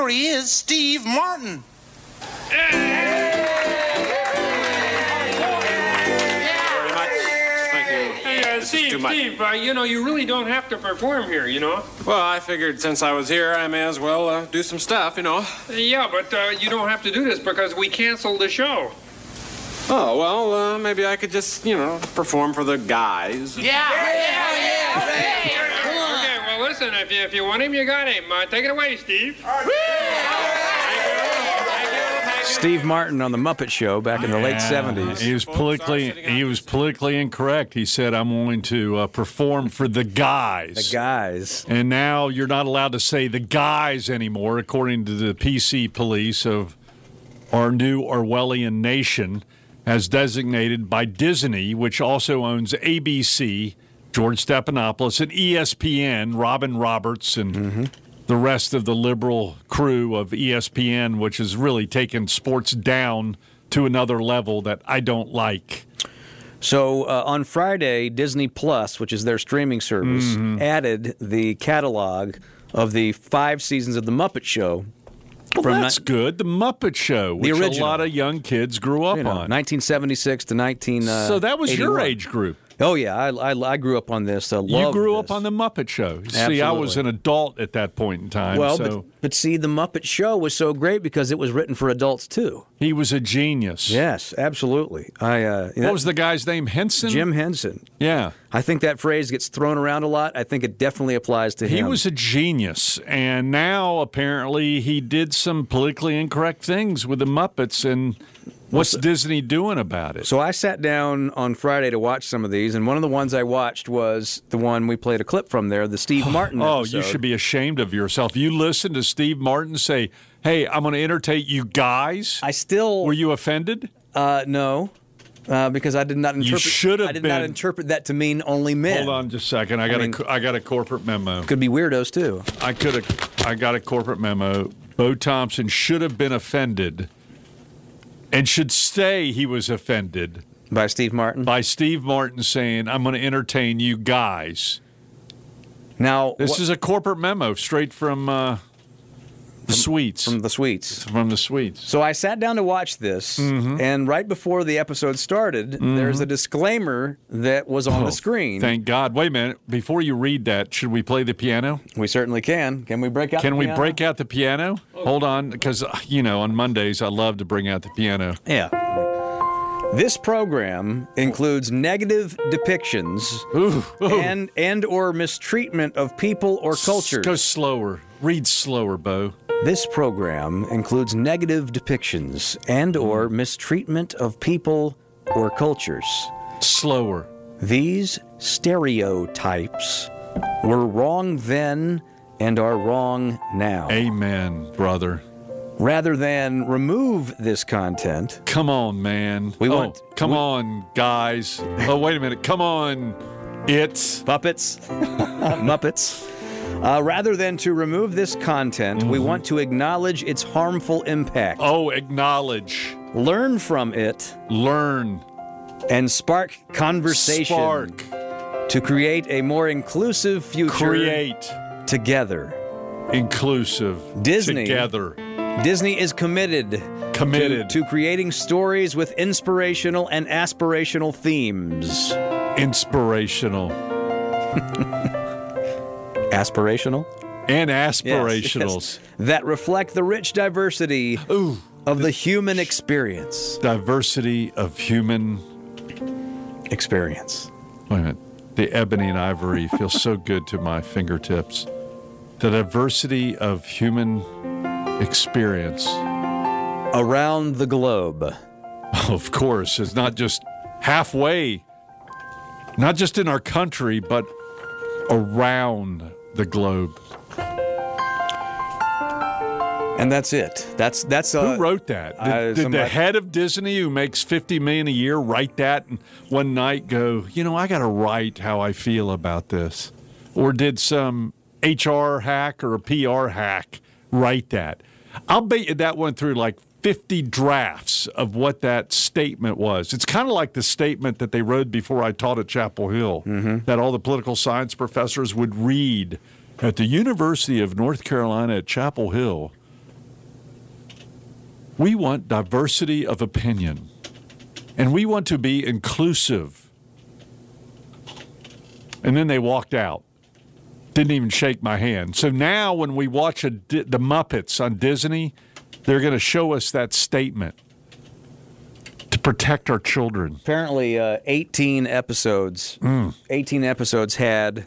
Here he is, Steve Martin. very much. Thank Hey, uh, This is Steve, too much. Steve, uh, you know, you really don't have to perform here, you know? you. Well, I figured since I was here, I may as well uh, do some stuff, you know. Uh, yeah, but uh, you don't have to do this because we canceled the show. Oh, well, uh, maybe I could just, you know, perform for the guys. Okay, well, listen, if you, if you want him, you got him. Uh, take it away, Steve. Steve Martin on the Muppet Show back in the late Yeah. He seventies. was politically he was politically incorrect. He said, "I'm going to uh, perform for the guys." The guys. And now you're not allowed to say the guys anymore, according to the PC police of our new Orwellian nation, as designated by Disney, which also owns ABC, George Stephanopoulos, and E ESPN, Robin Roberts, and the rest of the liberal crew of E ESPN, which has really taken sports down to another level that I don't like. So uh, on Friday, Disney Plus, which is their streaming service, Mm-hmm. added the catalog of the five seasons of the Muppet Show Well, From that's ni- good. The Muppet Show, which a original. lot of young kids grew up you know, on. 1976 to 19. uh, so that was your 81. age group. Oh yeah, I, I, I grew up on this. I You loved grew this. up on the Muppet Show. See, I was Absolutely. an adult at that point in time. well, so but, but see, the Muppet Show was so great because it was written for adults too. he was a genius. Yes, absolutely. I uh, What was the guy's name? Henson. Jim Henson? Yeah. I think that phrase gets thrown around a lot. I think it definitely applies to He him. was a genius, and now apparently he did some politically incorrect things with the Muppets. And what's Disney doing about it? So I sat down on Friday to watch some of these, and one of the ones I watched was the one we played a clip from there, the Steve Martin. oh, episode. you should be ashamed of yourself. You listened to Steve Martin say, "Hey, I'm going to entertain you guys." I still Were you offended? uh, no, uh, because I did not interpret. should have I did not been. interpret that to mean only men. Hold on just a second. I got mean- a co- I got a corporate memo. Could be weirdos too. I could have. I got a corporate memo. Bo Thompson should have been offended, and should say he was offended By Steve Martin. by Steve Martin saying, "I'm going to entertain you guys." Now This wha- is a corporate memo straight from uh, the suites. from From, the sweets. the suites. So I sat down to watch this, Mm-hmm. and right before the episode started, there's a disclaimer that was on the screen. Oh, Thank God. Wait a minute. Before you read that, should we play the piano? we certainly can. Can we break out? Can the uh, we piano? break out the piano? Hold on, because you know on Mondays I love to bring out the piano. Yeah. This program includes negative depictions and and or mistreatment of people or cultures. Go slower. Read slower, Bo. This program includes negative depictions and or mistreatment of people or cultures. Slower. These stereotypes were wrong then and are wrong now. Amen, brother. Rather than remove this content, Come on, man. We Oh, want- Come we- on, guys. Oh, wait a minute. Come on. It's puppets, Muppets. Uh, rather than to remove this content, we want to acknowledge its harmful impact, Mm-hmm. oh, acknowledge, learn from it, learn, and spark conversation spark, to create a more inclusive future create, together. inclusive, Disney. together, Disney is committed committed, to creating stories with inspirational and aspirational themes. inspirational, Aspirational? and Yes, yes. aspirationals. That reflect the rich diversity of the human experience. Diversity of human. Experience. Wait a minute. The ebony and ivory feels so good to my fingertips. The diversity of human experience. Around the globe. Of course, it's not just halfway, not just in our country, but around the globe. And that's it. That's that's uh, Who wrote that? Did, uh, did the somebody- head of Disney, who makes fifty million a year, write that and one night go, you know, I got to write how I feel about this, or did some HR hack or a PR hack write that? I'll bet you that went through like. 50 drafts of what that statement was. It's kind of like the statement that they wrote before I taught at Chapel Hill Mm-hmm. that all the political science professors would read at the University of North Carolina at Chapel Hill We want diversity of opinion, and we want to be inclusive. And then they walked out. Didn't even shake my hand. So now, when we watch a Di- the Muppets on Disney, they're going to show us that statement to protect our children. Apparently, uh, 18 episodes, Hmm. 18 episodes had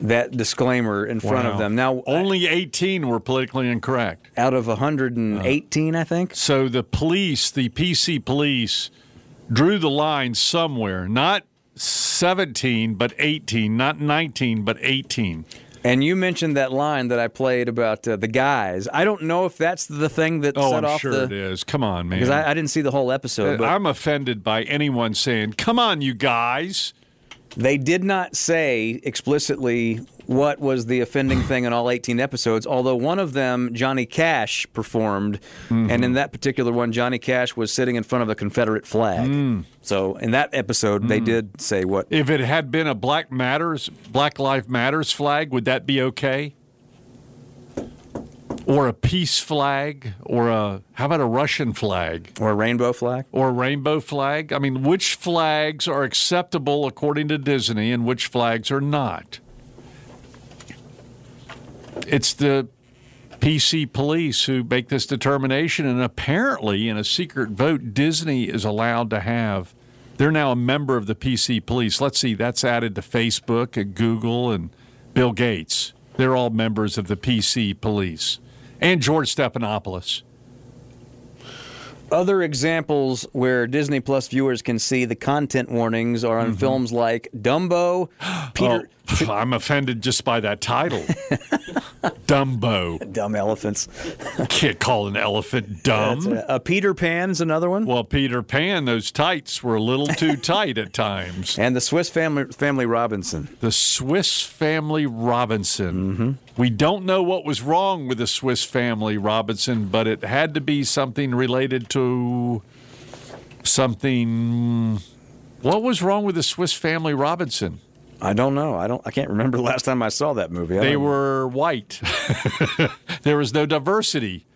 that disclaimer in front Wow. of them. Now, only 18 were politically incorrect. out of Uh. 118, I think. So the police, the PC police, drew the line somewhere, not 17, but 18, not 19, but 18. And you mentioned that line that I played about uh, the guys. I don't know if that's the thing that Oh, set I'm off sure the it is. Uh, Come on, man. because I, I didn't see the whole episode, but I'm offended by anyone saying, come on, you guys. they did not say explicitly what was the offending thing in all 18 episodes. Although one of them, Johnny Cash, performed, and in that particular one, Johnny Cash was sitting in front of a Confederate flag. So in that episode, they did say what. If it had been a Black Matters, Black Lives Matters flag, would that be okay? Or a peace flag, or a how about a Russian flag? Or a rainbow flag? or rainbow flag? I mean, which flags are acceptable according to Disney and which flags are not? It's the PC police who make this determination, and apparently, in a secret vote, Disney is allowed to have. They're now a member of the PC police. Let's see, that's added to Facebook and Google and Bill Gates. They're all members of the PC police and George Stephanopoulos. Other examples where Disney Plus viewers can see the content warnings are on films like Dumbo, Peter. Oh, pff, I'm offended just by that title. Dumbo. Dumb elephants. Can't call an elephant dumb. Uh, Peter Pan's another one. Well, Peter Pan, those tights were a little too tight at times. And the Swiss Family, family Robinson. The Swiss Family Robinson. We don't know what was wrong with the Swiss Family Robinson, but it had to be something related to something. What was wrong with the Swiss Family Robinson? I don't know. I don't. I can't remember the last time I saw that movie. I They don't- were white. there was no diversity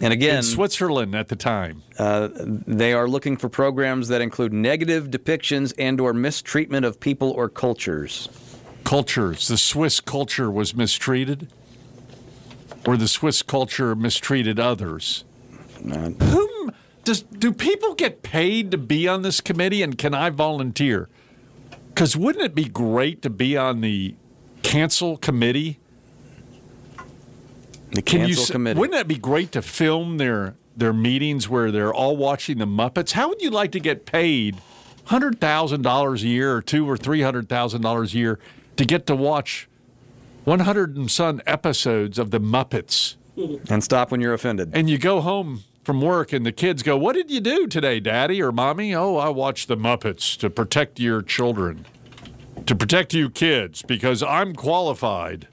and again, in Switzerland at the time. they are looking for programs that include negative depictions and/or mistreatment of people or cultures. cultures. The Swiss culture was mistreated, or the Swiss culture mistreated others. Whom does do people get paid to be on this committee? And can I volunteer? Because wouldn't it be great to be on the cancel committee? The Can you cancel s- committee. Wouldn't that be great to film their their meetings where they're all watching the Muppets? How would you like to get paid hundred thousand dollars a year, or two or three hundred thousand dollars a year, to get to watch one hundred and some episodes of the Muppets? and stop when you're offended. And you go home from work, and the kids go, "What did you do today, Daddy or Mommy?" "Oh, I watched the Muppets to protect your children, to protect you kids, because I'm qualified."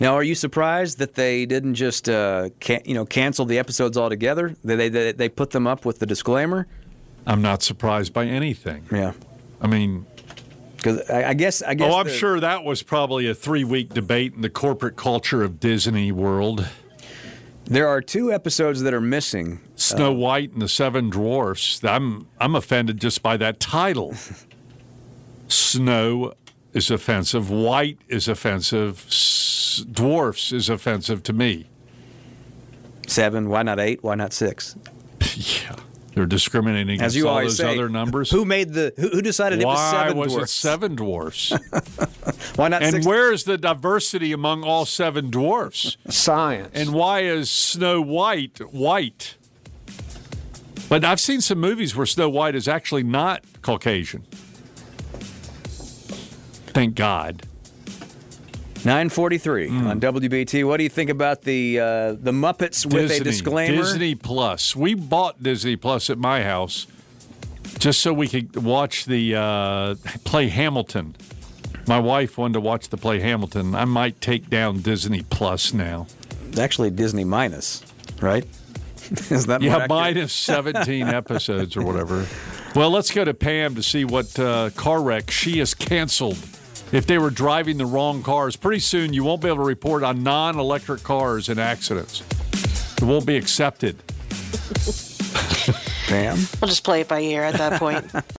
Now, are you surprised that they didn't just uh, can, you know cancel the episodes altogether? They, they they they put them up with the disclaimer. I'm not surprised by anything. Yeah. I mean, Because I, I guess I guess. Oh, I'm the- sure that was probably a three week debate in the corporate culture of Disney World. there are two episodes that are missing. Snow Uh-huh. White and the Seven Dwarfs. I'm I'm offended just by that title. Snow is offensive. White is offensive. S- dwarfs is offensive to me. Seven. Why not eight? Why not six? yeah, they're discriminating against As you all always those say, other numbers. Who made the? Who, who decided it was Why seven? was it dwarfs? seven dwarfs? Why not and six? where is the diversity among all seven dwarfs? Science. And why is Snow White white? But I've seen some movies where Snow White is actually not Caucasian. Thank God. 943 Hmm. on WBT. What do you think about the uh, the Muppets with a disclaimer? Disney Plus. We bought Disney Plus at my house just so we could watch the uh, play Hamilton. My wife wanted to watch the play Hamilton. I might take down Disney Plus now. It's actually Disney minus, right? Is that more Yeah, accurate? minus 17 episodes or whatever. Well, let's go to Pam to see what uh, car wreck she has canceled. If they were driving the wrong cars, pretty soon you won't be able to report on non electric cars and accidents. It won't be accepted. Damn. We'll just play it by ear at that point.